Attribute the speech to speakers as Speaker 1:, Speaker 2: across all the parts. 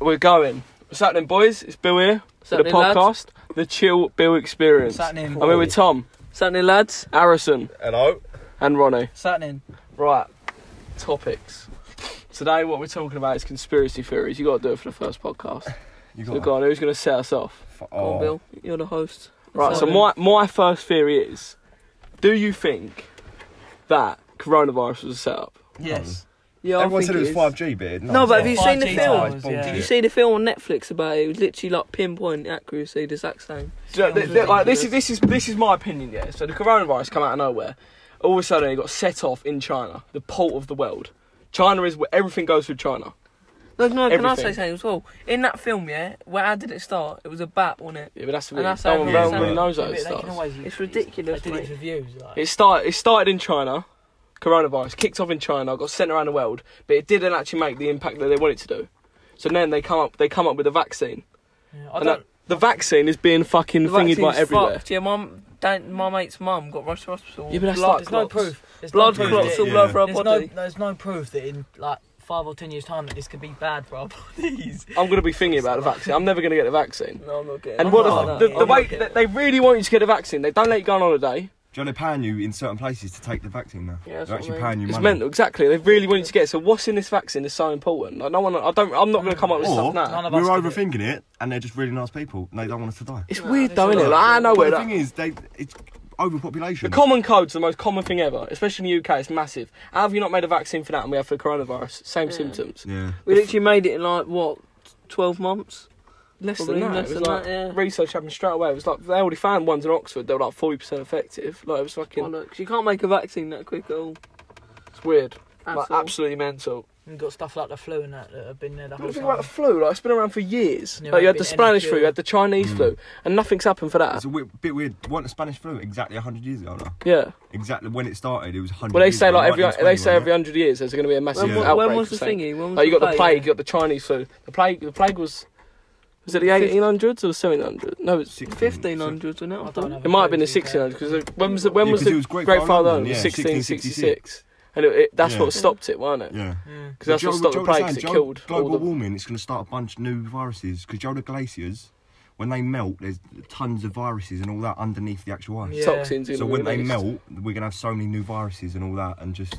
Speaker 1: We're going. What's happening, boys? It's Bill here for the
Speaker 2: Happening, lads?
Speaker 1: podcast, the Chill Bill Experience.
Speaker 3: What's happening?
Speaker 1: I'm here with Tom,
Speaker 2: Something, lads.
Speaker 1: Harrison,
Speaker 4: Hello.
Speaker 1: and Ronnie.
Speaker 3: Saturnin.
Speaker 1: Right, topics. Today, what we're talking about is conspiracy theories. You got to do it for the first podcast.
Speaker 4: You
Speaker 1: So, go on, who's going to set us off?
Speaker 4: F-
Speaker 2: Come on,
Speaker 4: oh.
Speaker 2: Bill. You're the host.
Speaker 1: Right, so
Speaker 2: Something.
Speaker 1: my, my first theory is do you think that coronavirus was a setup?
Speaker 3: Yes.
Speaker 2: Yeah, I
Speaker 4: Everyone
Speaker 2: think
Speaker 4: said it was
Speaker 2: is.
Speaker 4: five G, but
Speaker 2: No, but have you seen the
Speaker 3: 5G
Speaker 2: film?
Speaker 3: towers, yeah.
Speaker 2: Did you see the film on Netflix about it? It was literally like pinpoint accuracy, the exact same.
Speaker 1: Do you know, th- th- like, this, is, this, is, this is my opinion, yeah. So the coronavirus come out of nowhere. All of a sudden, it got set off in China, the port of the world. China is where everything goes through China.
Speaker 2: No, no, can I say
Speaker 1: Everything.
Speaker 2: something as well? In that film, yeah, where how did it start? It was a bat, wasn't it?
Speaker 1: Yeah, but that's the
Speaker 2: And
Speaker 1: thing.
Speaker 2: that's
Speaker 1: no
Speaker 2: how
Speaker 1: one
Speaker 2: it
Speaker 1: no
Speaker 2: is,
Speaker 1: one really
Speaker 2: isn't it?
Speaker 1: knows
Speaker 3: Yeah,
Speaker 1: that it
Speaker 3: but they can
Speaker 1: starts.
Speaker 3: always
Speaker 2: It's
Speaker 3: use-
Speaker 2: ridiculous,
Speaker 3: They did it
Speaker 2: mate.
Speaker 3: for views. Like.
Speaker 1: It started. It started in China. Coronavirus kicked off in China, got sent around the world, but it didn't actually make the impact that they wanted to do. So then they come up. They come up with a vaccine,
Speaker 3: Yeah, I
Speaker 1: and that,
Speaker 3: don't.
Speaker 1: the vaccine is being fucking
Speaker 2: The
Speaker 1: thingied like
Speaker 2: vaccine's
Speaker 1: everywhere.
Speaker 2: fucked. Yeah, my, dan- my mate's mum got rushed to hospital.
Speaker 1: Yeah, but that's
Speaker 2: blood
Speaker 1: like-
Speaker 3: There's no
Speaker 2: clots.
Speaker 3: proof. There's
Speaker 2: Blood
Speaker 3: no proof
Speaker 2: clots
Speaker 3: that-
Speaker 2: all
Speaker 4: Yeah.
Speaker 2: over her
Speaker 3: There's no,
Speaker 2: body.
Speaker 3: there's no proof that in like five or ten years' time that this could be bad for our bodies.
Speaker 1: I'm gonna be thinking about the vaccine. I'm never gonna get the vaccine.
Speaker 2: No, I'm not getting
Speaker 1: And
Speaker 2: it.
Speaker 1: what
Speaker 2: I'm
Speaker 1: the,
Speaker 2: not
Speaker 1: the,
Speaker 2: getting
Speaker 1: the
Speaker 2: it.
Speaker 1: way that they really want you to get the vaccine, they don't let you go on holiday.
Speaker 4: John, they're paying you in certain places to take the vaccine now.
Speaker 2: Yeah, that's
Speaker 4: they're
Speaker 2: what
Speaker 4: actually
Speaker 2: I mean.
Speaker 4: paying you
Speaker 1: It's
Speaker 4: money.
Speaker 1: mental, exactly. They really want you to get. it. So what's in this vaccine is so important. Like no one, I don't. I'm not gonna come up with
Speaker 4: Or
Speaker 1: stuff now.
Speaker 3: none of
Speaker 4: we're
Speaker 3: us did
Speaker 4: overthinking it, and they're just really nice people, and they don't want us to die.
Speaker 1: It's
Speaker 2: No,
Speaker 1: weird
Speaker 2: it's
Speaker 1: though, isn't it?
Speaker 2: not.
Speaker 1: Like, I know
Speaker 4: But
Speaker 1: where
Speaker 4: the
Speaker 1: that.
Speaker 4: thing is, they it's overpopulation.
Speaker 1: The common code's the most common thing ever, especially in the UK. It's massive. How have you not made a vaccine for that and we have for coronavirus? Same
Speaker 2: Yeah.
Speaker 1: symptoms.
Speaker 4: yeah.
Speaker 2: We literally made it in like what, twelve months?
Speaker 1: Less
Speaker 2: Probably
Speaker 1: than that.
Speaker 2: less
Speaker 1: it was
Speaker 2: than
Speaker 1: like,
Speaker 2: that, yeah.
Speaker 1: Research happened straight away. It was like they already found ones in Oxford. They were like forty percent effective. Like it was fucking.
Speaker 2: Bollocks. You can't make a vaccine that quick at all.
Speaker 1: It's weird.
Speaker 2: At
Speaker 1: like
Speaker 2: all.
Speaker 1: absolutely mental.
Speaker 3: We've got stuff like the flu and that that have been there the whole
Speaker 1: Think about
Speaker 3: time.
Speaker 1: the flu. Like it's been around for years.
Speaker 3: Yeah,
Speaker 1: like you had the
Speaker 3: been any
Speaker 1: Spanish flu,
Speaker 3: flu.
Speaker 1: you had the Chinese flu, and nothing's happened for that.
Speaker 4: Mm. It's a we- bit weird. Wasn't the Spanish flu exactly 100 years ago? Though?
Speaker 1: Yeah.
Speaker 4: Exactly when it started, it was 100.
Speaker 1: Well, they
Speaker 4: years
Speaker 1: say
Speaker 4: ago,
Speaker 1: like every they
Speaker 4: 1920,
Speaker 1: say every
Speaker 4: wasn't
Speaker 1: hundred years there's going to be a massive
Speaker 2: When,
Speaker 4: Yeah.
Speaker 2: when-
Speaker 1: outbreak.
Speaker 2: when was
Speaker 1: of
Speaker 2: the
Speaker 1: something.
Speaker 2: thingy? When was
Speaker 1: Like you got the
Speaker 2: plague?
Speaker 1: plague, you got the Chinese flu. The plague, the plague was was it the
Speaker 2: Fif-
Speaker 1: eighteen hundreds or seventeen hundred? No, it's
Speaker 4: Sixteen-
Speaker 2: Fifteen hundreds, wasn't it?
Speaker 3: I
Speaker 2: I
Speaker 3: don't
Speaker 2: thought.
Speaker 3: know.
Speaker 1: It might have been the
Speaker 3: Fifteen,
Speaker 1: 1600s because when was the, when
Speaker 4: Yeah,
Speaker 1: was
Speaker 4: 'cause
Speaker 1: the
Speaker 4: it was Great
Speaker 1: Great
Speaker 4: Fire
Speaker 1: Fire
Speaker 4: London,
Speaker 1: London?
Speaker 4: yeah,
Speaker 1: 1666, and it, it, that's
Speaker 4: Yeah.
Speaker 1: what stopped it, wasn't it?
Speaker 4: Yeah.
Speaker 3: Yeah.
Speaker 1: Because that's
Speaker 4: But
Speaker 1: what
Speaker 4: Joe-
Speaker 1: stopped
Speaker 4: Joe
Speaker 1: the
Speaker 4: was
Speaker 1: plague.
Speaker 4: saying,
Speaker 1: 'cause it
Speaker 4: Joe-
Speaker 1: killed
Speaker 4: global
Speaker 1: all the.
Speaker 4: warming. It's going to start a bunch of new viruses because Joe, the glaciers, when they melt, there's tons of viruses and all that underneath the actual ice.
Speaker 3: Yeah.
Speaker 1: Toxins in
Speaker 4: So
Speaker 1: the
Speaker 4: when they
Speaker 1: released.
Speaker 4: melt, we're gonna have so many new viruses and all that, and just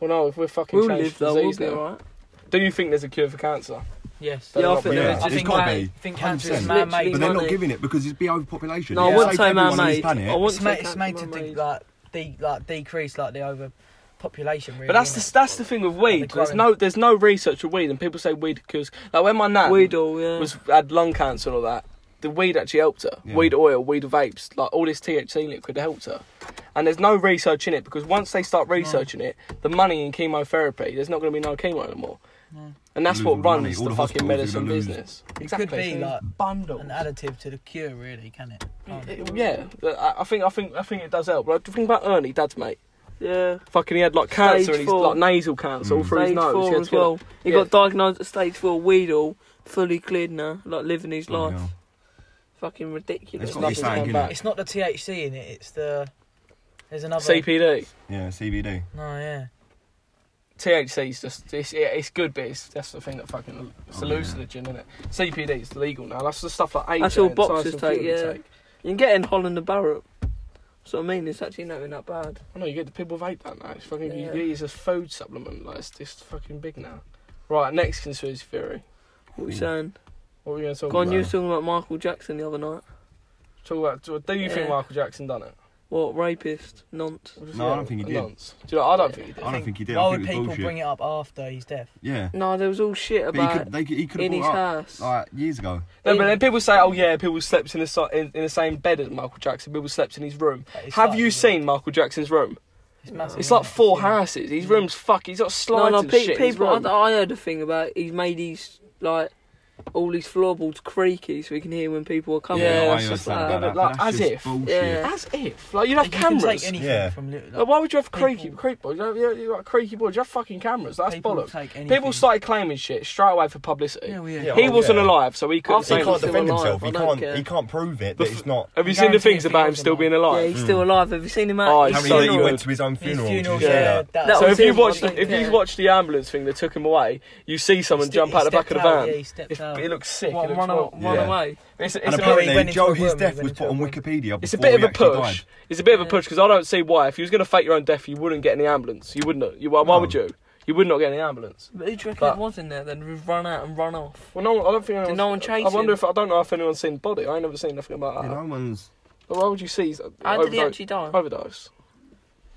Speaker 1: Well, no, if we're fucking
Speaker 2: We'll
Speaker 1: changed
Speaker 2: live
Speaker 1: for
Speaker 2: though. We'll
Speaker 1: disease
Speaker 2: be
Speaker 1: now.
Speaker 2: alright.
Speaker 1: Do you think there's a cure for cancer?
Speaker 3: Yes.
Speaker 2: Yeah, I
Speaker 1: But
Speaker 2: think
Speaker 1: yeah,
Speaker 2: there
Speaker 4: it's
Speaker 2: is.
Speaker 3: I think,
Speaker 4: gotta
Speaker 3: I
Speaker 4: be.
Speaker 3: think cancer
Speaker 4: 100%.
Speaker 3: is man-made.
Speaker 2: Literally.
Speaker 4: but
Speaker 3: It's
Speaker 4: they're
Speaker 2: money.
Speaker 4: not giving it because it'd be overpopulation.
Speaker 2: No, I
Speaker 4: It'd
Speaker 2: wouldn't
Speaker 4: save
Speaker 2: say
Speaker 4: everyone on this
Speaker 2: man-made.
Speaker 4: planet.
Speaker 2: I wouldn't
Speaker 3: ma-
Speaker 2: say
Speaker 3: It's made to
Speaker 2: cancer,
Speaker 3: de-
Speaker 2: mate.
Speaker 3: like de- like decrease like the overpopulation. Really,
Speaker 1: But that's
Speaker 3: isn't
Speaker 1: the that's the thing with weed.
Speaker 3: they're
Speaker 1: There's
Speaker 3: growing.
Speaker 1: no there's no research with weed, and people say weed cures. Like when my nan
Speaker 2: Weed all, yeah.
Speaker 1: was had lung cancer and all that, the weed actually helped her.
Speaker 4: Yeah.
Speaker 1: Weed oil, weed vapes, like all this THC liquid helped her. And there's no research in it because once they start researching it, the money in chemotherapy, there's not going to be no chemo anymore.
Speaker 3: No.
Speaker 1: And that's
Speaker 4: Lose all
Speaker 1: what
Speaker 4: the money,
Speaker 1: runs
Speaker 4: all
Speaker 1: the,
Speaker 4: the
Speaker 1: fucking
Speaker 4: hospitals,
Speaker 1: medicine
Speaker 4: you're gonna lose-
Speaker 1: business.
Speaker 3: It
Speaker 1: exactly.
Speaker 3: could be
Speaker 1: so
Speaker 3: like
Speaker 1: bundles.
Speaker 3: an additive to the cure, really, can it? Can't it?
Speaker 1: Yeah, I I think I think I think it does help. Like, think about Ernie, Dad's mate.
Speaker 2: Yeah.
Speaker 1: Fucking, he had like
Speaker 2: Stage
Speaker 1: cancer and he's
Speaker 2: four.
Speaker 1: like nasal cancer all through his
Speaker 2: Stage
Speaker 1: nose. He
Speaker 2: four
Speaker 1: had
Speaker 2: as
Speaker 1: to get-
Speaker 2: well. He
Speaker 1: Yeah.
Speaker 2: got diagnosed at stage four. Weedle, fully cleared now. Like living his
Speaker 4: Bloody
Speaker 2: life.
Speaker 4: hell.
Speaker 2: Fucking ridiculous.
Speaker 4: It's got to be
Speaker 1: nothing's
Speaker 4: something
Speaker 1: come
Speaker 4: in
Speaker 1: back.
Speaker 4: it.
Speaker 3: It's not the THC in it. It's the there's another.
Speaker 1: CPD.
Speaker 4: Yeah, CBD.
Speaker 3: No, yeah.
Speaker 1: THC's just it's, yeah, it's good, but it's, that's the thing that fucking it's
Speaker 4: Oh,
Speaker 1: a
Speaker 4: yeah.
Speaker 1: hallucinogen, isn't it? CPD is legal now. That's the stuff like
Speaker 2: That's
Speaker 1: AJ
Speaker 2: all
Speaker 1: and Science
Speaker 2: boxers
Speaker 1: and
Speaker 2: take,
Speaker 1: Fury
Speaker 2: yeah. You can get in Holland and Barrett. That's what I mean. It's actually not even that bad.
Speaker 1: I know you get the people vape that now. It's fucking
Speaker 2: Yeah.
Speaker 1: you you use as food supplement. Like it's just fucking big now. Right, next conspiracy theory.
Speaker 2: What are you
Speaker 4: Ooh.
Speaker 2: saying?
Speaker 1: What were you going to
Speaker 4: Oh,
Speaker 1: talk
Speaker 2: Go on,
Speaker 1: about?
Speaker 2: you were talking about Michael Jackson the other night.
Speaker 1: Talk about. Do do you think
Speaker 2: Yeah.
Speaker 1: Michael Jackson done it?
Speaker 2: What rapist? Nonce.
Speaker 1: What do you
Speaker 4: No, I don't think he did.
Speaker 1: Nonce. Do you know? I don't think he
Speaker 4: I
Speaker 1: did.
Speaker 4: don't think he did.
Speaker 3: Why
Speaker 4: I
Speaker 3: would
Speaker 4: think it
Speaker 3: people
Speaker 4: was bullshit.
Speaker 3: bring it up after he's deaf?
Speaker 4: Yeah,
Speaker 2: No, there was all shit
Speaker 4: but he
Speaker 2: about
Speaker 4: could, they, could- he could have
Speaker 2: in his
Speaker 4: brought it up
Speaker 2: house.
Speaker 4: like years ago.
Speaker 1: No, but then people say, "Oh yeah, people slept in the si- in, in the same bed as Michael Jackson. People slept in his room."
Speaker 3: Like, it's
Speaker 1: Have
Speaker 3: like-
Speaker 1: you seen Michael Jackson's room?
Speaker 3: It's massive.
Speaker 1: It's like
Speaker 3: isn't it?
Speaker 1: four
Speaker 3: Yeah.
Speaker 1: houses. His room's fuck. He's got slides
Speaker 2: no, no,
Speaker 1: and
Speaker 2: pe-
Speaker 1: shit. in his
Speaker 2: people. I,
Speaker 1: room.
Speaker 2: I heard a thing about he's made his like all these floorboards creaky so we can hear when people are coming.
Speaker 1: Yeah,
Speaker 2: It's
Speaker 1: I
Speaker 2: just
Speaker 1: understand
Speaker 2: like-
Speaker 1: that. but like, as
Speaker 4: just
Speaker 1: if-
Speaker 4: bullshit.
Speaker 2: Yeah.
Speaker 1: As if, like, you'd have
Speaker 3: You can
Speaker 1: cameras.
Speaker 3: take anything
Speaker 4: Yeah.
Speaker 3: from little.
Speaker 1: Like, why would you have creaky,
Speaker 3: People-
Speaker 1: creep boys? You have, you have creaky boys. You have fucking cameras. That's
Speaker 3: people
Speaker 1: bollocks.
Speaker 3: take anything.
Speaker 1: People started claiming shit straight away for publicity.
Speaker 3: Yeah, well, yeah.
Speaker 4: Yeah,
Speaker 1: he
Speaker 4: well,
Speaker 1: wasn't
Speaker 4: Oh, yeah.
Speaker 1: alive, so he couldn't
Speaker 2: After
Speaker 1: say
Speaker 2: Saying
Speaker 4: He can't
Speaker 2: he's
Speaker 1: anything.
Speaker 4: defend
Speaker 2: still alive,
Speaker 4: himself.
Speaker 2: I
Speaker 4: He
Speaker 2: don't
Speaker 4: can't.
Speaker 2: care.
Speaker 4: He can't prove it.
Speaker 1: The
Speaker 4: That
Speaker 1: f-
Speaker 4: it's not.
Speaker 1: Have you
Speaker 3: I
Speaker 1: seen the
Speaker 3: guarantee
Speaker 1: things
Speaker 3: if he
Speaker 1: about him
Speaker 3: was
Speaker 1: still being alive?
Speaker 2: uh, Yeah, he's still alive. Have you seen him out?
Speaker 1: Oh,
Speaker 4: How
Speaker 1: he's
Speaker 4: many
Speaker 1: so
Speaker 4: that you
Speaker 1: good.
Speaker 4: went to his own funeral? did you
Speaker 3: funeral,
Speaker 4: see
Speaker 3: yeah.
Speaker 4: that?
Speaker 3: that-
Speaker 2: That
Speaker 1: so
Speaker 2: was
Speaker 1: if you
Speaker 2: him,
Speaker 1: watch,
Speaker 2: wasn't
Speaker 1: the,
Speaker 2: it?
Speaker 1: if
Speaker 2: Yeah.
Speaker 1: you watch the ambulance thing that took him away, you see someone
Speaker 3: Ste-
Speaker 1: jump
Speaker 3: he
Speaker 1: out the back of the
Speaker 3: stepped out,
Speaker 1: van.
Speaker 3: Yeah, he stepped
Speaker 1: It's-
Speaker 3: out.
Speaker 1: it looks sick.
Speaker 3: One-
Speaker 1: it looks
Speaker 3: one
Speaker 1: cool.
Speaker 3: out-
Speaker 2: Run
Speaker 4: Yeah.
Speaker 2: away.
Speaker 1: It's, it's
Speaker 4: And
Speaker 1: a
Speaker 3: apparently
Speaker 1: bit-
Speaker 3: he went
Speaker 4: apparently,
Speaker 3: into
Speaker 4: Joe,
Speaker 3: a
Speaker 4: his
Speaker 3: room,
Speaker 4: death
Speaker 3: he
Speaker 4: was
Speaker 3: went
Speaker 4: put
Speaker 3: into
Speaker 4: on
Speaker 3: a room.
Speaker 4: Wikipedia.
Speaker 1: it's a
Speaker 4: before
Speaker 1: bit of
Speaker 4: he
Speaker 1: a
Speaker 4: actually
Speaker 1: push.
Speaker 4: died.
Speaker 1: It's a bit of a push because I don't see why. If you was going to fake your own death, you wouldn't get in the ambulance. You wouldn't. You, why, why
Speaker 4: No.
Speaker 1: would you? You would not get in the ambulance.
Speaker 2: But who do you reckon
Speaker 1: But-
Speaker 2: was in there then? We've run out and run off.
Speaker 1: Well, no, I don't think anyone's,
Speaker 2: no one chase
Speaker 1: I wonder
Speaker 2: him?
Speaker 1: if I don't know if anyone's seen the body. I ain't never seen nothing about that.
Speaker 4: You know, one's.
Speaker 1: But Why would you see?
Speaker 2: How did he actually die?
Speaker 1: Overdose.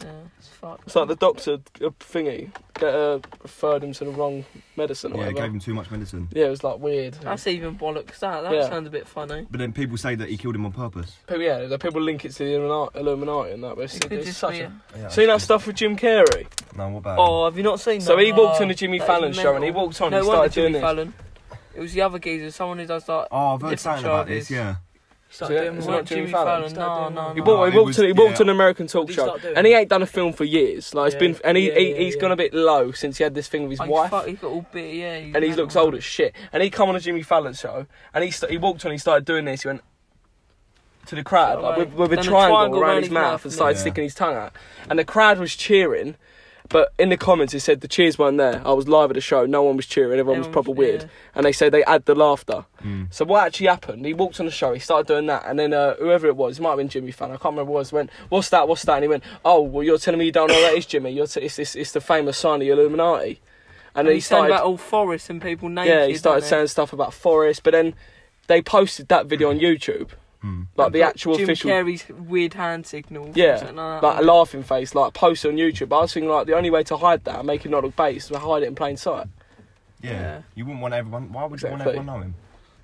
Speaker 2: Yeah, it's fucked.
Speaker 1: It's like the doctor uh, thingy that uh, referred him to the wrong medicine or
Speaker 4: Yeah, it
Speaker 1: whatever.
Speaker 4: gave him too much medicine.
Speaker 1: yeah, it was like weird.
Speaker 2: That's even bollocks. That that
Speaker 1: Yeah.
Speaker 2: sounds a bit funny.
Speaker 4: But then people say that he killed him on purpose.
Speaker 1: People, yeah, the people link it to the Illumina- Illuminati and that. But it's,
Speaker 2: It could
Speaker 1: it's
Speaker 2: just
Speaker 1: such
Speaker 2: be
Speaker 1: a-
Speaker 2: a-
Speaker 4: Yeah,
Speaker 1: Seen that stuff with Jim Carrey?
Speaker 4: No, what about?
Speaker 2: Oh, have you not seen that?
Speaker 1: So
Speaker 2: Oh,
Speaker 1: he walked on the Jimmy
Speaker 2: That is
Speaker 1: Fallon show and he
Speaker 2: mental.
Speaker 1: walked on
Speaker 2: no,
Speaker 1: and
Speaker 2: it wasn't
Speaker 1: started
Speaker 2: Jimmy
Speaker 1: doing this.
Speaker 2: Fallon. It was the other geezer, someone who does that.
Speaker 4: Oh, I've heard
Speaker 2: Different
Speaker 4: something about
Speaker 2: charges.
Speaker 4: this. Yeah.
Speaker 1: So
Speaker 2: Start
Speaker 1: yeah,
Speaker 2: doing
Speaker 1: it's
Speaker 2: work,
Speaker 1: not Jimmy
Speaker 2: Jimmy
Speaker 1: Fallon.
Speaker 2: Fallon. No, no,
Speaker 1: He
Speaker 2: no.
Speaker 1: walked, he
Speaker 4: it
Speaker 1: walked,
Speaker 4: was-
Speaker 1: to, he walked
Speaker 4: yeah.
Speaker 1: to an American talk
Speaker 3: Did he
Speaker 1: show,
Speaker 3: start doing
Speaker 1: and he
Speaker 3: it?
Speaker 1: ain't done a film for years. Like it's
Speaker 3: Yeah.
Speaker 1: been, and he,
Speaker 3: Yeah,
Speaker 1: he
Speaker 3: yeah,
Speaker 1: has
Speaker 3: yeah.
Speaker 1: gone a bit low since he had this thing with his
Speaker 2: Oh,
Speaker 1: wife.
Speaker 2: Fuck, he got all bit, yeah.
Speaker 1: and he looks old as shit. And he come on a Jimmy Fallon show, and he st- he walked on, he started doing this. He went to the crowd like, with, with a
Speaker 2: Done a
Speaker 1: triangle,
Speaker 2: triangle
Speaker 1: around his mouth and started
Speaker 4: yeah.
Speaker 1: sticking his tongue out. And the crowd was cheering, but in the comments it said the cheers weren't there. I was live at the show, no one was cheering, everyone was
Speaker 2: Everyone
Speaker 1: proper
Speaker 2: was-
Speaker 1: weird.
Speaker 2: yeah.
Speaker 1: And they said they had the laughter.
Speaker 4: Mm.
Speaker 1: So what actually happened? He walked on the show, he started doing that, and then uh, whoever it was, it might have been Jimmy Fallon, I can't remember what it was, went, What's that? What's that? And he went, Oh, well, you're telling me you don't know what that is, Jimmy. You're t- it's, it's, it's the famous sign of the Illuminati. And
Speaker 2: And
Speaker 1: then
Speaker 2: he
Speaker 1: he
Speaker 2: started
Speaker 1: started
Speaker 2: about all forests and people naked.
Speaker 1: yeah, he started
Speaker 2: didn't
Speaker 1: saying stuff about forests, but then they posted that video on YouTube,
Speaker 4: Hmm.
Speaker 1: like the
Speaker 2: Got
Speaker 1: actual
Speaker 2: Jim
Speaker 1: official,
Speaker 2: Carrey's weird hand signals.
Speaker 1: Yeah,
Speaker 2: or something like,
Speaker 1: like a
Speaker 2: that.
Speaker 1: laughing face, like posted on YouTube. But I was thinking, like the only way to hide that and make it not look bait is to hide it in plain sight.
Speaker 4: Yeah.
Speaker 2: Yeah.
Speaker 4: You wouldn't want everyone. Why would you
Speaker 1: Exactly.
Speaker 4: want everyone know him?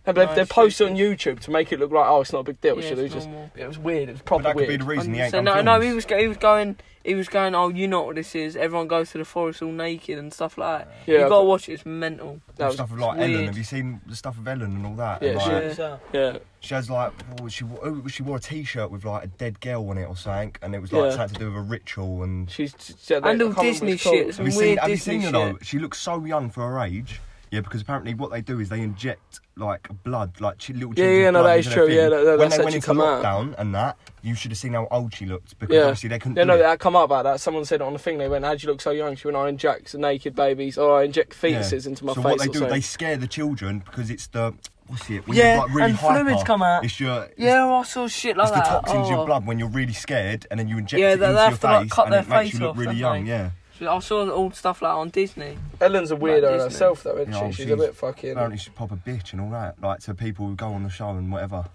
Speaker 1: And they,
Speaker 2: No,
Speaker 1: they
Speaker 2: it's
Speaker 1: posted it on YouTube to make it look like, oh, it's not a big deal.
Speaker 2: Yeah,
Speaker 1: should
Speaker 2: it's
Speaker 1: we just?
Speaker 2: normal.
Speaker 1: It was weird. It was
Speaker 4: But
Speaker 1: proper
Speaker 4: that could be
Speaker 1: weird.
Speaker 4: the reason he ain't
Speaker 2: so
Speaker 4: done
Speaker 2: no, no,
Speaker 4: films.
Speaker 2: he was go- he was going, he was going. Oh, you know what this is? Everyone goes to the forest all naked and stuff like that.
Speaker 1: yeah,
Speaker 2: you gotta watch it. It's mental.
Speaker 1: that was-
Speaker 4: stuff with like Ellen.
Speaker 2: weird.
Speaker 4: Have you seen the stuff of Ellen and all that?
Speaker 1: Yeah,
Speaker 4: And, like,
Speaker 1: sure.
Speaker 3: It's, uh,
Speaker 1: yeah.
Speaker 4: She has like what was she wo- oh, she wore a T-shirt with like a dead girl on it or something, and it was like
Speaker 1: Yeah.
Speaker 4: something to do with a ritual. And
Speaker 1: She's yeah, they- I
Speaker 2: And all
Speaker 1: can't remember what
Speaker 2: Disney
Speaker 1: it's called.
Speaker 2: shit. Some
Speaker 4: have you seen?
Speaker 2: weird
Speaker 4: Have you
Speaker 2: Disney
Speaker 4: seen her
Speaker 2: shit.
Speaker 4: though? She looks so young for her age. Yeah, because apparently what they do is they inject like blood, like chi- little
Speaker 1: Yeah, yeah,
Speaker 4: children's
Speaker 1: no,
Speaker 4: blood
Speaker 1: that is
Speaker 4: into their
Speaker 1: true. Yeah,
Speaker 4: thing.
Speaker 1: that- that-
Speaker 4: when
Speaker 1: that's
Speaker 4: they
Speaker 1: actually
Speaker 4: went into
Speaker 1: come out.
Speaker 4: lockdown and that, you should have seen how old she looked because
Speaker 1: Yeah.
Speaker 4: obviously they couldn't.
Speaker 1: Yeah,
Speaker 4: do
Speaker 1: no,
Speaker 4: it.
Speaker 1: that come up about that. Someone said it on the thing. They went, "How do you look so young?" She went, "I inject naked babies, or I inject
Speaker 4: Yeah.
Speaker 1: fetuses into my
Speaker 4: so
Speaker 1: face."
Speaker 4: what they
Speaker 1: or
Speaker 4: do,
Speaker 1: something."
Speaker 4: they scare the children because it's the what's it? When
Speaker 2: Yeah,
Speaker 4: you're, like, really
Speaker 2: and
Speaker 4: hyper,
Speaker 2: fluids come out.
Speaker 4: It's your it's,
Speaker 2: Yeah, I saw shit like
Speaker 4: it's the
Speaker 2: that.
Speaker 4: toxins in
Speaker 2: Oh.
Speaker 4: your blood when you're really scared, and then you inject
Speaker 2: Yeah,
Speaker 4: it
Speaker 2: they- they
Speaker 4: into
Speaker 2: have
Speaker 4: your
Speaker 2: to, like,
Speaker 4: face,
Speaker 2: cut
Speaker 4: and it
Speaker 2: their
Speaker 4: makes you
Speaker 2: face
Speaker 4: look
Speaker 2: off,
Speaker 4: really
Speaker 2: don't
Speaker 4: young.
Speaker 2: they?
Speaker 4: Yeah.
Speaker 2: I saw all stuff like on Disney.
Speaker 1: Ellen's a weirdo
Speaker 2: Disney.
Speaker 1: herself, though, isn't
Speaker 4: Yeah,
Speaker 1: she? She's, a
Speaker 4: she's-
Speaker 1: bit fucking.
Speaker 4: Apparently she's proper bitch and all that. Like to people who go on the show and whatever.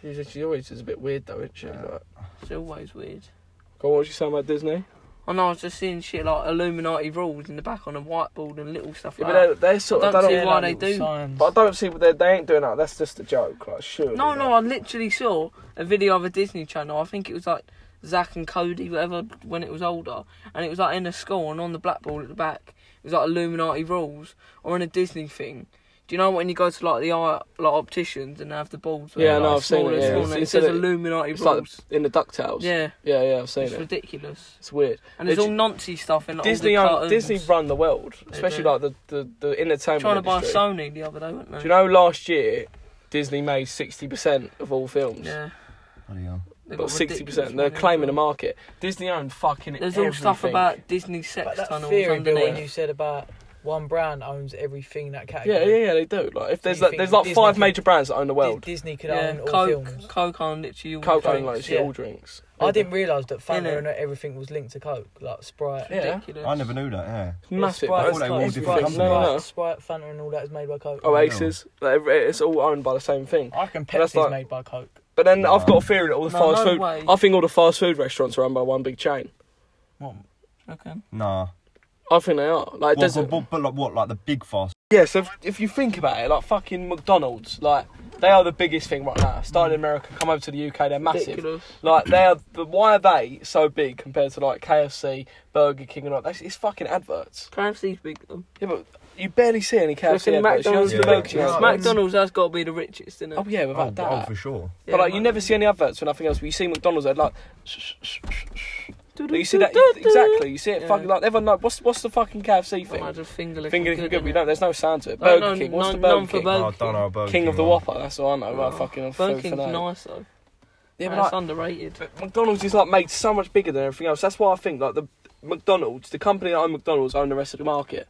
Speaker 1: She's, she's always just a bit weird, though, isn't she?
Speaker 4: Yeah.
Speaker 1: Like,
Speaker 2: It's always weird.
Speaker 1: go on, what was you saying about Disney? Yeah,
Speaker 2: I know I was just seeing shit like Illuminati rules in the back on a whiteboard and little stuff like
Speaker 1: but
Speaker 2: that.
Speaker 1: they're, they're sort
Speaker 2: I
Speaker 1: of.
Speaker 2: don't
Speaker 1: They
Speaker 2: see
Speaker 1: don't,
Speaker 2: why
Speaker 3: like
Speaker 2: they
Speaker 3: little
Speaker 2: do.
Speaker 3: signs.
Speaker 1: but I don't see. They, they ain't doing that. That's just a joke. Like, sure.
Speaker 2: No, no, I literally saw a video of a Disney channel. I think it was like Zach and Cody, whatever, when it was older. And it was like in a school and on the blackboard at the back, it was like Illuminati rules or in a Disney thing. Do you know when you go to like the eye, like opticians and they have the boards? where
Speaker 1: Yeah,
Speaker 2: they're,
Speaker 1: no,
Speaker 2: like,
Speaker 1: I've seen it,
Speaker 2: smaller and
Speaker 1: yeah.
Speaker 2: smaller
Speaker 1: It's-
Speaker 2: and it
Speaker 1: it's
Speaker 2: says
Speaker 1: like-
Speaker 2: Illuminati
Speaker 1: It's like
Speaker 2: rules.
Speaker 1: in the Ducktales.
Speaker 2: yeah,
Speaker 1: yeah, yeah. I've seen
Speaker 2: it's
Speaker 1: it.
Speaker 2: ridiculous.
Speaker 1: It's weird.
Speaker 2: And there's
Speaker 1: It-
Speaker 2: all Nancy stuff in like,
Speaker 1: Disney,
Speaker 2: all the
Speaker 1: own, Disney
Speaker 2: cartoons.
Speaker 1: run the world,
Speaker 2: They
Speaker 1: especially
Speaker 2: do.
Speaker 1: like the the, the entertainment
Speaker 2: trying to buy
Speaker 1: industry.
Speaker 2: Sony the other day, weren't they?
Speaker 1: Do you know last year Disney made sixty percent of all films?
Speaker 2: Yeah.
Speaker 4: Bloody hell.
Speaker 2: they've
Speaker 1: Got
Speaker 2: got
Speaker 1: sixty
Speaker 2: ridiculous
Speaker 1: percent. They're
Speaker 2: money as
Speaker 1: claiming the
Speaker 2: well.
Speaker 1: market. Disney owned fucking
Speaker 2: There's all
Speaker 1: everything.
Speaker 2: stuff about Disney
Speaker 3: But
Speaker 2: sex
Speaker 3: that
Speaker 2: tunnels
Speaker 3: theory building you
Speaker 2: underneath.
Speaker 3: said about one brand owns everything in that
Speaker 1: Yeah,
Speaker 3: category.
Speaker 1: yeah, yeah. They do. Like, if
Speaker 3: So
Speaker 1: there's
Speaker 3: you
Speaker 1: like,
Speaker 3: think
Speaker 1: there's like
Speaker 3: Disney
Speaker 1: five
Speaker 3: could-
Speaker 1: major brands that own the
Speaker 3: Di-
Speaker 1: world.
Speaker 3: Disney could
Speaker 2: Yeah,
Speaker 3: own all
Speaker 2: Coke,
Speaker 3: films.
Speaker 2: Coke on literally all the
Speaker 1: Coke
Speaker 2: drinks.
Speaker 1: only like
Speaker 3: yeah.
Speaker 1: all drinks.
Speaker 3: I didn't realise that Fanta
Speaker 2: Innit?
Speaker 3: and everything was linked to Coke, like Sprite.
Speaker 1: Yeah.
Speaker 2: Ridiculous.
Speaker 4: I never knew that. Yeah.
Speaker 1: Massive.
Speaker 3: Sprite,
Speaker 4: I thought they were all
Speaker 3: Sprite,
Speaker 4: different Oh,
Speaker 3: Sprite,
Speaker 1: companies. No, no, no.
Speaker 3: Sprite, Fanta, and all that is made by Coke.
Speaker 1: Oasis. Like, every- it's all owned by the same thing.
Speaker 3: I reckon
Speaker 1: But that's
Speaker 3: Pepsi's
Speaker 1: like-
Speaker 3: made by Coke.
Speaker 1: But then I've got a theory that all the
Speaker 2: No,
Speaker 1: fast
Speaker 2: no
Speaker 1: food.
Speaker 2: way.
Speaker 1: I think all the fast food restaurants are owned by one big chain.
Speaker 3: What?
Speaker 2: Okay.
Speaker 4: Nah.
Speaker 1: I think they are. Like,
Speaker 4: What,
Speaker 1: does
Speaker 4: but, but, but like what? Like the big fast.
Speaker 1: Yeah, so if, if you think about it, like fucking McDonald's, like they are the biggest thing right now. Started in America, come over to the UK, they're massive.
Speaker 2: Ridiculous.
Speaker 1: Like they are. But why are they so big compared to like KFC, Burger King, and all that? It's fucking adverts.
Speaker 2: KFC's big though.
Speaker 1: Yeah, but You barely see any
Speaker 2: Just in
Speaker 1: KFC adverts. You don't
Speaker 2: McDonald's,
Speaker 1: see
Speaker 4: Yeah.
Speaker 1: the milkshake
Speaker 4: Yeah.
Speaker 1: adverts.
Speaker 2: McDonald's has got to be the richest, isn't it?
Speaker 1: Oh yeah, without
Speaker 4: oh,
Speaker 1: that.
Speaker 4: oh, for sure.
Speaker 1: but like, you never see any adverts for nothing else. But you see McDonald's, they're like,
Speaker 2: never.
Speaker 1: you see that exactly. You see it
Speaker 2: Yeah.
Speaker 1: fucking like everyone know what's what's the fucking KFC thing.
Speaker 2: Imagine finger licking.
Speaker 1: Finger licking good, but
Speaker 2: innit?
Speaker 1: you don't. There's no sound to it.
Speaker 2: No,
Speaker 1: Burger
Speaker 2: no,
Speaker 1: King. What's the
Speaker 2: none-
Speaker 1: Burger
Speaker 2: none for
Speaker 1: King?
Speaker 2: Burger
Speaker 4: Oh, I don't know about
Speaker 1: King of the
Speaker 4: one.
Speaker 1: Whopper. That's all I know. About
Speaker 2: Oh.
Speaker 1: fucking
Speaker 2: Burger
Speaker 1: food for
Speaker 2: King's
Speaker 1: that.
Speaker 2: nice though.
Speaker 1: Yeah,
Speaker 2: Yeah,
Speaker 1: but like,
Speaker 2: it's underrated.
Speaker 1: But McDonald's is like made so much bigger than everything else. That's why I think like the McDonald's, the company that own McDonald's, own the rest of the market.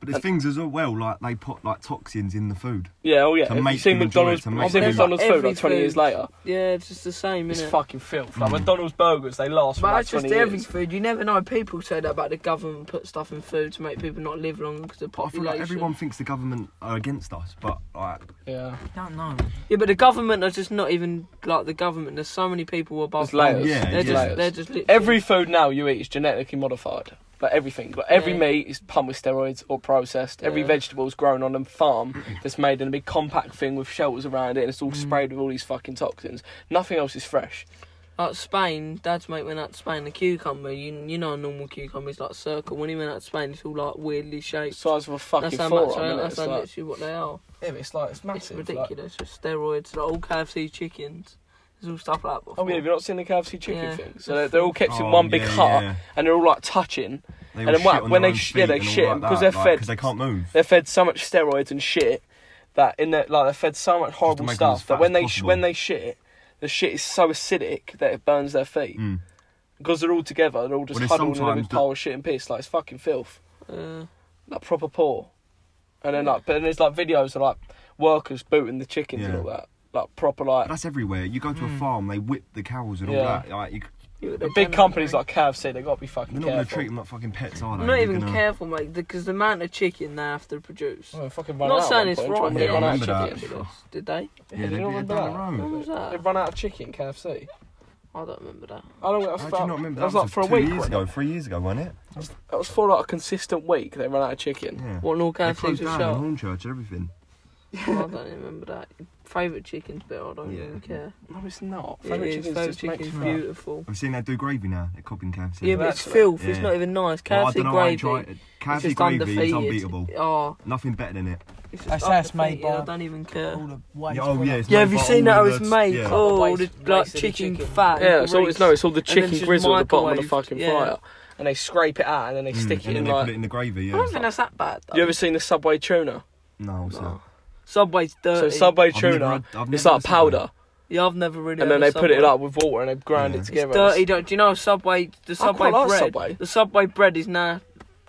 Speaker 4: But there's things as well, like they put like toxins in the food.
Speaker 1: Yeah, oh yeah.
Speaker 4: To
Speaker 1: Have you
Speaker 4: make
Speaker 1: seen
Speaker 4: them enjoy
Speaker 1: McDonald's?
Speaker 4: it, to
Speaker 1: Have you
Speaker 4: make
Speaker 1: seen
Speaker 4: them
Speaker 1: McDonald's
Speaker 2: enjoy it.
Speaker 1: food like twenty years
Speaker 2: Every
Speaker 1: later?
Speaker 2: Yeah, it's just the same,
Speaker 1: It's
Speaker 2: innit?
Speaker 1: fucking filth. Like
Speaker 4: Mm.
Speaker 1: McDonald's burgers, they last for
Speaker 2: But
Speaker 1: like
Speaker 2: that's just
Speaker 1: twenty
Speaker 2: every
Speaker 1: years.
Speaker 2: food. You never know. People say that about the government put stuff in food to make people not live long because the
Speaker 4: But I feel
Speaker 2: population.
Speaker 4: like everyone thinks the government are against us, but like
Speaker 1: Yeah.
Speaker 3: Don't know.
Speaker 2: Yeah, but the government are just not even like the government. There's so many people above.
Speaker 1: There's layers.
Speaker 4: Yeah,
Speaker 2: They're
Speaker 1: There's
Speaker 2: just
Speaker 1: layers.
Speaker 2: they're just literally
Speaker 1: Every food now you eat is genetically modified. Like everything. Like every
Speaker 2: Yeah.
Speaker 1: meat is pumped with steroids or processed. Every
Speaker 2: Yeah.
Speaker 1: vegetable is grown on a farm that's made in a big compact thing with shelters around it and it's all
Speaker 2: Mm.
Speaker 1: sprayed with all these fucking toxins. Nothing else is fresh.
Speaker 2: like Spain. Dad's mate went out to Spain. The cucumber, you you know, a normal cucumber is like a circle. When he went out to Spain, it's all like weirdly shaped.
Speaker 1: size of a fucking
Speaker 2: that's how
Speaker 1: forearm.
Speaker 2: much.
Speaker 1: innit?
Speaker 2: That's
Speaker 1: It's
Speaker 2: how
Speaker 1: like-
Speaker 2: literally what they are.
Speaker 1: Yeah, but it's like it's
Speaker 2: It's
Speaker 1: massive. like-
Speaker 2: ridiculous. With steroids, like all KFC chickens. There's all stuff like that. Before.
Speaker 1: Oh yeah, have you not seen the KFC chicken
Speaker 2: Yeah.
Speaker 1: thing? So they're, they're all kept in
Speaker 4: Oh,
Speaker 1: one big
Speaker 4: yeah,
Speaker 1: hut,
Speaker 4: yeah.
Speaker 1: and they're all like touching.
Speaker 4: They
Speaker 1: And
Speaker 4: all
Speaker 1: then
Speaker 4: shit
Speaker 1: what-
Speaker 4: on
Speaker 1: when
Speaker 4: their
Speaker 1: they
Speaker 4: own
Speaker 1: sh- yeah,
Speaker 4: feet
Speaker 1: they
Speaker 4: and all
Speaker 1: shit
Speaker 4: like
Speaker 1: 'em 'cause
Speaker 4: that,
Speaker 1: they're
Speaker 4: like,
Speaker 1: fed-
Speaker 4: 'cause they can't move.
Speaker 1: They're fed so much steroids and shit that in their like they're fed so much horrible
Speaker 4: make 'em as
Speaker 1: stuff
Speaker 4: fat
Speaker 1: that when
Speaker 4: as
Speaker 1: they sh-
Speaker 4: possible.
Speaker 1: when they shit, the shit is so acidic that it burns their feet
Speaker 4: Mm.
Speaker 1: because they're all together. They're all just
Speaker 4: Well, there's
Speaker 1: huddled in a
Speaker 4: sometimes
Speaker 1: big
Speaker 4: that-
Speaker 1: pile of shit and piss. Like it's fucking filth.
Speaker 2: Uh,
Speaker 1: Like proper poor. And then like, but then there's like videos of like workers booting the chickens
Speaker 4: Yeah.
Speaker 1: and all that. Like proper like
Speaker 4: But that's everywhere. You go to a farm, they whip the cows and all
Speaker 1: Mm. Yeah.
Speaker 4: that. Like, you, c-
Speaker 2: yeah,
Speaker 1: the
Speaker 2: they're
Speaker 1: big
Speaker 2: gonna-
Speaker 1: companies like KFC. They have got to be fucking
Speaker 4: they're not going to
Speaker 1: careful.
Speaker 4: treat them like fucking pets, are
Speaker 2: uh,
Speaker 4: they?
Speaker 2: I'm not
Speaker 4: They're
Speaker 2: even
Speaker 4: gonna-
Speaker 2: careful, mate, because the amount of chicken they have to produce.
Speaker 1: Well, they fucking
Speaker 2: I'm
Speaker 1: run
Speaker 2: not
Speaker 1: out at
Speaker 2: saying
Speaker 1: Oh, one
Speaker 2: it's
Speaker 1: point,
Speaker 2: right.
Speaker 1: didn't they
Speaker 2: They run out of chicken. ridiculous, Did
Speaker 4: Yeah, I remember that.
Speaker 2: they?
Speaker 4: Yeah, they
Speaker 1: you
Speaker 4: did it
Speaker 1: remember
Speaker 4: down the
Speaker 1: that?
Speaker 4: road.
Speaker 2: When was
Speaker 1: They
Speaker 2: that?
Speaker 1: run out of chicken KFC.
Speaker 2: I don't remember that.
Speaker 1: I don't know. That was,
Speaker 4: How do
Speaker 1: for,
Speaker 4: you not remember?
Speaker 1: that was
Speaker 4: was
Speaker 1: like for a
Speaker 4: two
Speaker 1: week.
Speaker 4: years
Speaker 1: wasn't
Speaker 4: ago, three years ago, wasn't it?
Speaker 1: it? That was for like a consistent week. They ran out of chicken.
Speaker 4: Yeah.
Speaker 2: What an all
Speaker 4: They
Speaker 2: KFC's was
Speaker 4: closed down the
Speaker 2: shut.
Speaker 4: Hornchurch, everything.
Speaker 2: I don't remember that. Favourite chicken's better, I don't
Speaker 4: Yeah.
Speaker 2: even care.
Speaker 1: No, it's not.
Speaker 2: Favourite
Speaker 1: Favourite
Speaker 2: it is,
Speaker 1: chicken's
Speaker 2: favourite
Speaker 1: just makes
Speaker 2: chicken's
Speaker 1: me laugh.
Speaker 2: beautiful.
Speaker 4: I've seen they do gravy now. They're copying KFC.
Speaker 2: Yeah, but it's
Speaker 1: Naturally.
Speaker 2: filth, it's
Speaker 4: Yeah.
Speaker 2: not even nice.
Speaker 4: Well, I
Speaker 2: KFC
Speaker 4: don't know, I
Speaker 2: gravy.
Speaker 4: ain't tried it.
Speaker 2: it's
Speaker 4: KFC
Speaker 2: just
Speaker 4: gravy
Speaker 2: undefeated.
Speaker 4: is unbeatable.
Speaker 2: Oh,
Speaker 4: Nothing better than it.
Speaker 2: it's
Speaker 3: I
Speaker 2: just
Speaker 3: say it's made
Speaker 2: undefeated, I
Speaker 3: by-
Speaker 2: don't even care.
Speaker 3: All the white.
Speaker 4: Yeah, oh yeah. It's
Speaker 2: Yeah,
Speaker 4: made
Speaker 2: have you
Speaker 4: by
Speaker 2: seen
Speaker 4: all
Speaker 2: how
Speaker 4: of
Speaker 2: it's
Speaker 4: the-
Speaker 2: made?
Speaker 4: Yeah.
Speaker 2: Oh,
Speaker 3: Waste-
Speaker 2: the
Speaker 3: waste
Speaker 2: like
Speaker 3: of the
Speaker 2: chicken
Speaker 3: chicken.
Speaker 2: fat. and
Speaker 1: Yeah, it's always
Speaker 2: grease.
Speaker 1: no, it's all the
Speaker 2: then
Speaker 1: chicken
Speaker 2: just
Speaker 1: grizzle at the bottom of the
Speaker 2: microwaved,
Speaker 1: fucking
Speaker 2: yeah.
Speaker 1: fryer, and they scrape it out and then they
Speaker 4: Mm,
Speaker 1: stick it
Speaker 4: and
Speaker 1: in
Speaker 4: then they
Speaker 1: like.
Speaker 4: put it in the gravy.
Speaker 2: I
Speaker 4: Yeah.
Speaker 2: don't think that's that bad. Though.
Speaker 1: You ever seen the Subway tuna?
Speaker 4: No, it's
Speaker 2: No.
Speaker 4: not.
Speaker 2: Subway's
Speaker 1: So
Speaker 2: dirty.
Speaker 1: Subway
Speaker 4: I've never
Speaker 1: tuna,
Speaker 4: had- I've
Speaker 1: it's
Speaker 4: never
Speaker 1: like
Speaker 4: had Subway.
Speaker 1: powder,
Speaker 2: Yeah, I've never really.
Speaker 1: and then
Speaker 2: had
Speaker 1: they
Speaker 2: a
Speaker 1: put it
Speaker 2: Subway.
Speaker 1: up with water and they grind
Speaker 4: Yeah.
Speaker 1: it
Speaker 4: It's
Speaker 1: together.
Speaker 2: It's dirty. Don't, do you know Subway? The Subway
Speaker 1: quite like
Speaker 2: bread.
Speaker 1: Subway.
Speaker 2: The Subway bread is now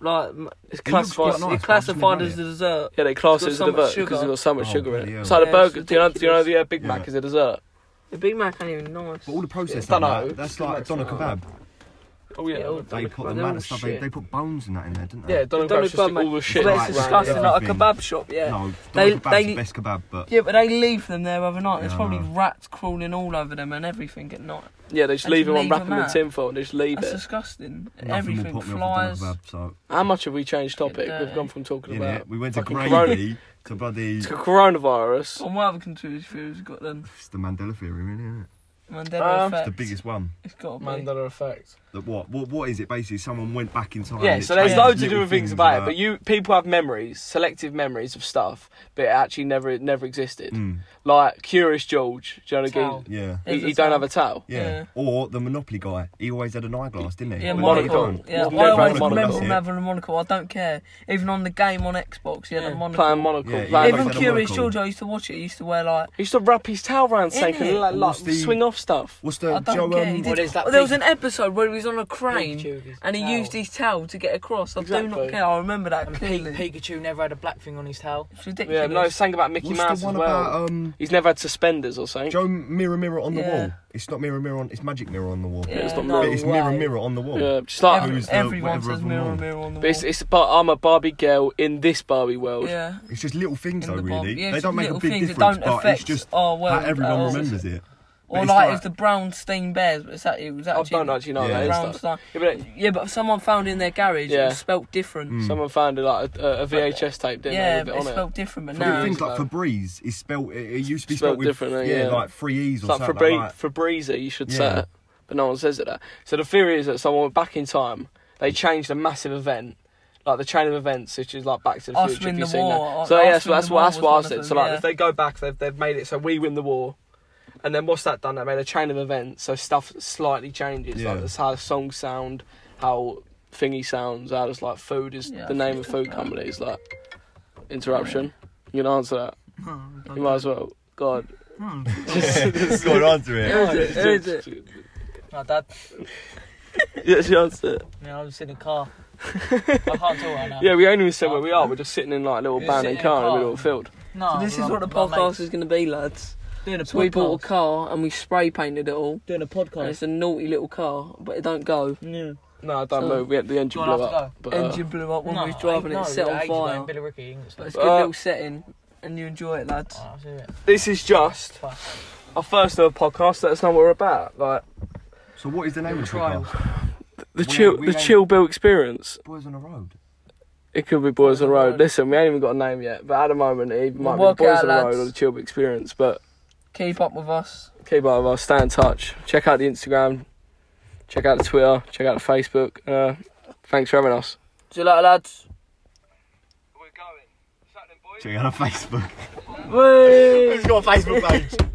Speaker 2: like m-
Speaker 1: It's
Speaker 4: It looks
Speaker 1: classified.
Speaker 4: quite nice.
Speaker 2: it's
Speaker 4: but I've just
Speaker 2: classified
Speaker 4: never
Speaker 2: as
Speaker 4: had
Speaker 2: a
Speaker 4: it.
Speaker 2: dessert.
Speaker 1: Yeah, they class it
Speaker 2: It's
Speaker 1: as a
Speaker 2: got so much
Speaker 1: dessert because it's
Speaker 2: sugar.
Speaker 1: got so much
Speaker 4: Oh,
Speaker 1: sugar in
Speaker 4: bloody
Speaker 1: it.
Speaker 4: hell.
Speaker 1: So like
Speaker 2: Yeah,
Speaker 1: a
Speaker 2: it's
Speaker 1: burger, do you know, do you know the uh, Big Mac
Speaker 4: Yeah.
Speaker 1: is a dessert?
Speaker 2: The Big Mac ain't even nice.
Speaker 4: But all the processed
Speaker 1: Yeah,
Speaker 4: stuff,
Speaker 1: dunno.
Speaker 4: like, that's like doner kebab.
Speaker 1: Oh
Speaker 2: Yeah, all doner
Speaker 4: They put the
Speaker 2: kebab,
Speaker 4: amount
Speaker 2: they're
Speaker 4: of stuff.
Speaker 2: all
Speaker 4: They,
Speaker 2: shit.
Speaker 4: they put bones in that in there, didn't they?
Speaker 1: Yeah, Donald
Speaker 2: Donald
Speaker 1: Grubb's just
Speaker 2: Grubbin,
Speaker 1: all the shit.
Speaker 2: But it's
Speaker 4: Right,
Speaker 2: disgusting,
Speaker 4: right,
Speaker 2: like a
Speaker 4: everything.
Speaker 2: kebab shop. Yeah.
Speaker 4: No,
Speaker 2: They-
Speaker 4: doner kebab's
Speaker 2: they-
Speaker 4: the best kebab, but
Speaker 2: Yeah, but they leave them there overnight. There's
Speaker 4: Yeah, I
Speaker 2: probably
Speaker 4: know.
Speaker 2: rats crawling all over them and everything at night.
Speaker 1: Yeah, they just
Speaker 2: And
Speaker 1: leave
Speaker 2: just
Speaker 1: him on
Speaker 2: leave
Speaker 1: wrapping
Speaker 2: them
Speaker 1: in
Speaker 2: out.
Speaker 1: tinfoil and just leave
Speaker 2: That's
Speaker 1: it.
Speaker 2: disgusting.
Speaker 4: nothing more
Speaker 2: Everything
Speaker 4: put me off
Speaker 2: flies.
Speaker 4: a doner kebab. So,
Speaker 1: How much have we changed topic?
Speaker 2: Yeah.
Speaker 1: We've gone from talking
Speaker 4: in
Speaker 1: about
Speaker 4: it, we went to
Speaker 1: fucking
Speaker 4: gravy to bloody.
Speaker 1: to coronavirus.
Speaker 2: On my other conspiracy theories, got them
Speaker 4: It's the Mandela theory, really, isn't it?
Speaker 2: Mandela
Speaker 1: Um,
Speaker 2: effect.
Speaker 4: It's the biggest one.
Speaker 2: It's got to be.
Speaker 1: effect.
Speaker 4: That what? What? What is it? Basically, someone went back in time.
Speaker 1: Yeah,
Speaker 4: and it
Speaker 1: so there's
Speaker 4: changed
Speaker 1: loads of
Speaker 4: little
Speaker 1: different things about it, but you people have memories, selective memories of stuff, but it actually never it never existed.
Speaker 4: Mm,
Speaker 1: Like Curious George, do you know
Speaker 2: Towel.
Speaker 1: what
Speaker 4: yeah.
Speaker 1: I mean?
Speaker 2: There's
Speaker 1: He,
Speaker 2: a
Speaker 1: he don't
Speaker 2: towel.
Speaker 1: have a towel.
Speaker 4: Yeah.
Speaker 2: Yeah.
Speaker 4: or the Monopoly guy. He always had an eyeglass, didn't he? um,
Speaker 2: Yeah,
Speaker 4: Well,
Speaker 1: Monocle.
Speaker 4: he
Speaker 2: monocle.
Speaker 4: don't.
Speaker 2: Yeah,
Speaker 1: Monocle.
Speaker 2: I
Speaker 1: Monocle,
Speaker 2: always
Speaker 1: monocle,
Speaker 2: remember
Speaker 1: that's
Speaker 2: him
Speaker 4: it.
Speaker 2: having a monocle. I don't care. Even on the game on Xbox, he had a
Speaker 1: Yeah.
Speaker 2: monocle.
Speaker 1: Playing monocle.
Speaker 4: Yeah, he
Speaker 1: playing
Speaker 4: always
Speaker 2: Even
Speaker 4: had a
Speaker 2: Curious
Speaker 4: monocle.
Speaker 2: George, I used to watch it. He used to wear like.
Speaker 1: He used to wrap his towel round so he
Speaker 2: Innit?
Speaker 1: could like, like
Speaker 4: What's the-
Speaker 1: swing off stuff.
Speaker 4: What's
Speaker 2: I
Speaker 4: the
Speaker 2: don't
Speaker 4: Joe?
Speaker 2: care.
Speaker 4: um,
Speaker 2: He did-
Speaker 3: what is that
Speaker 2: Well, there was
Speaker 3: thing?
Speaker 2: an episode where he was on a crane
Speaker 3: Pikachu is
Speaker 2: and he
Speaker 3: towel.
Speaker 2: used his towel to get across. I do
Speaker 1: Exactly.
Speaker 2: not care. I remember that
Speaker 3: And Pi-
Speaker 2: clearly.
Speaker 3: Pikachu never had a black thing on his tail.
Speaker 2: It's ridiculous.
Speaker 1: Yeah, no, saying about Mickey
Speaker 4: What's
Speaker 1: Mouse
Speaker 4: the
Speaker 1: as
Speaker 4: one
Speaker 1: well.
Speaker 4: about um?
Speaker 1: He's never had suspenders or something.
Speaker 4: Joe Mirror Mirror on the
Speaker 2: Yeah.
Speaker 4: wall. It's not Mirror Mirror on. It's Magic Mirror on the wall.
Speaker 2: Yeah,
Speaker 1: it's not no
Speaker 4: But it's
Speaker 3: way.
Speaker 4: Mirror Mirror on the wall.
Speaker 1: Yeah, just like
Speaker 2: Every-
Speaker 4: Who's the-
Speaker 2: everyone
Speaker 4: whatever
Speaker 2: says
Speaker 4: of them
Speaker 2: mirror,
Speaker 4: all?
Speaker 2: mirror on the
Speaker 1: But
Speaker 2: wall.
Speaker 1: it's, it's about I'm a Barbie girl in this Barbie world.
Speaker 2: yeah.
Speaker 4: It's just little things
Speaker 2: in
Speaker 4: though,
Speaker 2: the bottom.
Speaker 4: really.
Speaker 2: Yeah,
Speaker 4: they
Speaker 2: it's
Speaker 4: don't make a
Speaker 2: little
Speaker 4: big
Speaker 2: things that
Speaker 4: difference,
Speaker 2: don't
Speaker 4: but it's
Speaker 2: affect
Speaker 4: just
Speaker 2: our world Oh,
Speaker 4: how everyone
Speaker 2: at all.
Speaker 4: remembers it. But
Speaker 2: Or
Speaker 4: it's
Speaker 2: like
Speaker 4: like-
Speaker 2: it's the brown steam bears, but it's actually, it was
Speaker 1: I
Speaker 2: actually
Speaker 1: don't actually know what
Speaker 4: Yeah.
Speaker 1: that is. though.
Speaker 2: brown steam.
Speaker 1: Yeah, but
Speaker 4: Hmm.
Speaker 1: it-
Speaker 2: Yeah, but someone found in their garage it
Speaker 1: Yeah.
Speaker 2: was spelt different.
Speaker 1: someone found it like a, a VHS tape, didn't they?
Speaker 2: yeah, but
Speaker 1: With
Speaker 2: it's
Speaker 1: it on it.
Speaker 2: spelt different, but
Speaker 4: But
Speaker 2: now
Speaker 1: it
Speaker 4: things
Speaker 1: no.
Speaker 4: like Febreze is spelt. It, it used to be
Speaker 1: Spelt
Speaker 4: spelt, with
Speaker 1: differently, yeah.
Speaker 4: like three e's
Speaker 1: It's
Speaker 4: or
Speaker 1: like
Speaker 4: something
Speaker 1: Fabri-
Speaker 4: like that.
Speaker 1: Febreze, you should say
Speaker 4: Yeah.
Speaker 1: it, but no one says it. There. So the theory is that someone went back in time. They changed a massive event. like the chain of events, which is like Back to the
Speaker 2: Us
Speaker 1: Future.
Speaker 2: win
Speaker 1: if you've
Speaker 2: the
Speaker 1: seen
Speaker 2: war.
Speaker 1: that. So
Speaker 2: Us
Speaker 1: yeah, so
Speaker 2: win
Speaker 1: that's
Speaker 2: the
Speaker 1: what
Speaker 2: war
Speaker 1: that's
Speaker 2: was
Speaker 1: what
Speaker 2: one
Speaker 1: I
Speaker 2: of
Speaker 1: said.
Speaker 2: them,
Speaker 1: So like,
Speaker 2: yeah.
Speaker 1: if they go back, they've they've made it so we win the war, and then what's that done? They made a chain of events, so stuff slightly changes.
Speaker 4: Yeah.
Speaker 1: Like that's how songs sound, how thingy sounds, how it's like food is
Speaker 2: Yeah,
Speaker 1: the
Speaker 2: I
Speaker 1: name
Speaker 2: think
Speaker 1: of food
Speaker 2: that-
Speaker 1: companies. Like interruption, you can answer that. You might as well. God.
Speaker 4: Just got onto it.
Speaker 2: Who is it? Who is it?
Speaker 3: My dad.
Speaker 1: Yes, you answer it.
Speaker 3: You know, I'm just in the car. I can't talk right now.
Speaker 1: uh, Yeah, we only said where we are. We're just sitting in like a little
Speaker 3: Yeah,
Speaker 1: abandoned
Speaker 3: sitting in a
Speaker 1: car in the
Speaker 3: car.
Speaker 1: middle of a field.
Speaker 3: No.
Speaker 2: So this
Speaker 3: we're
Speaker 2: is what the
Speaker 3: not- we're not
Speaker 2: podcast
Speaker 3: mates.
Speaker 2: is going to be, lads.
Speaker 3: Doing a podcast.
Speaker 2: So we bought a car and we spray painted it all.
Speaker 3: Doing a
Speaker 2: And
Speaker 3: podcast.
Speaker 2: it's a naughty little car, but it don't go.
Speaker 3: Yeah.
Speaker 1: No, don't
Speaker 2: So-
Speaker 1: move. We had the engine
Speaker 3: Do you wanna
Speaker 1: blew
Speaker 3: have to
Speaker 1: up. But, uh,
Speaker 2: Engine blew up when
Speaker 3: No,
Speaker 2: we was driving
Speaker 3: I-
Speaker 2: it,
Speaker 3: no,
Speaker 2: set
Speaker 3: ages
Speaker 2: on
Speaker 3: ago,
Speaker 2: fire.
Speaker 3: Billy Ricky, you can
Speaker 2: But
Speaker 3: explain.
Speaker 2: it's a good
Speaker 1: Uh,
Speaker 2: little setting, and you enjoy it, lads.
Speaker 3: Oh, that's it.
Speaker 1: this is just
Speaker 3: Fuck.
Speaker 1: our first ever podcast. Let us know what we're about. Like
Speaker 4: So what is the name of the
Speaker 3: Trials.
Speaker 4: podcast?
Speaker 1: the
Speaker 4: We
Speaker 1: chill,
Speaker 4: ain't- we
Speaker 1: the
Speaker 4: ain't-
Speaker 1: chill Bill experience.
Speaker 4: Boys on the Road.
Speaker 1: It could be Boys on the
Speaker 2: Road.
Speaker 1: Road. Listen, we ain't even got a name yet, but at the moment it even might
Speaker 2: We'll work
Speaker 1: be the Boys
Speaker 2: it
Speaker 1: on
Speaker 2: out,
Speaker 1: the Road or
Speaker 2: lads.
Speaker 1: the Chill Bill Experience. But
Speaker 2: Keep up with us.
Speaker 1: keep up with us, stay in touch. Check out the Instagram, check out the Twitter, check out the Facebook. Uh, thanks for having us.
Speaker 2: See you later, lads.
Speaker 1: We're going.
Speaker 4: Check out on Facebook.
Speaker 2: Whee!
Speaker 4: Who's got a Facebook page?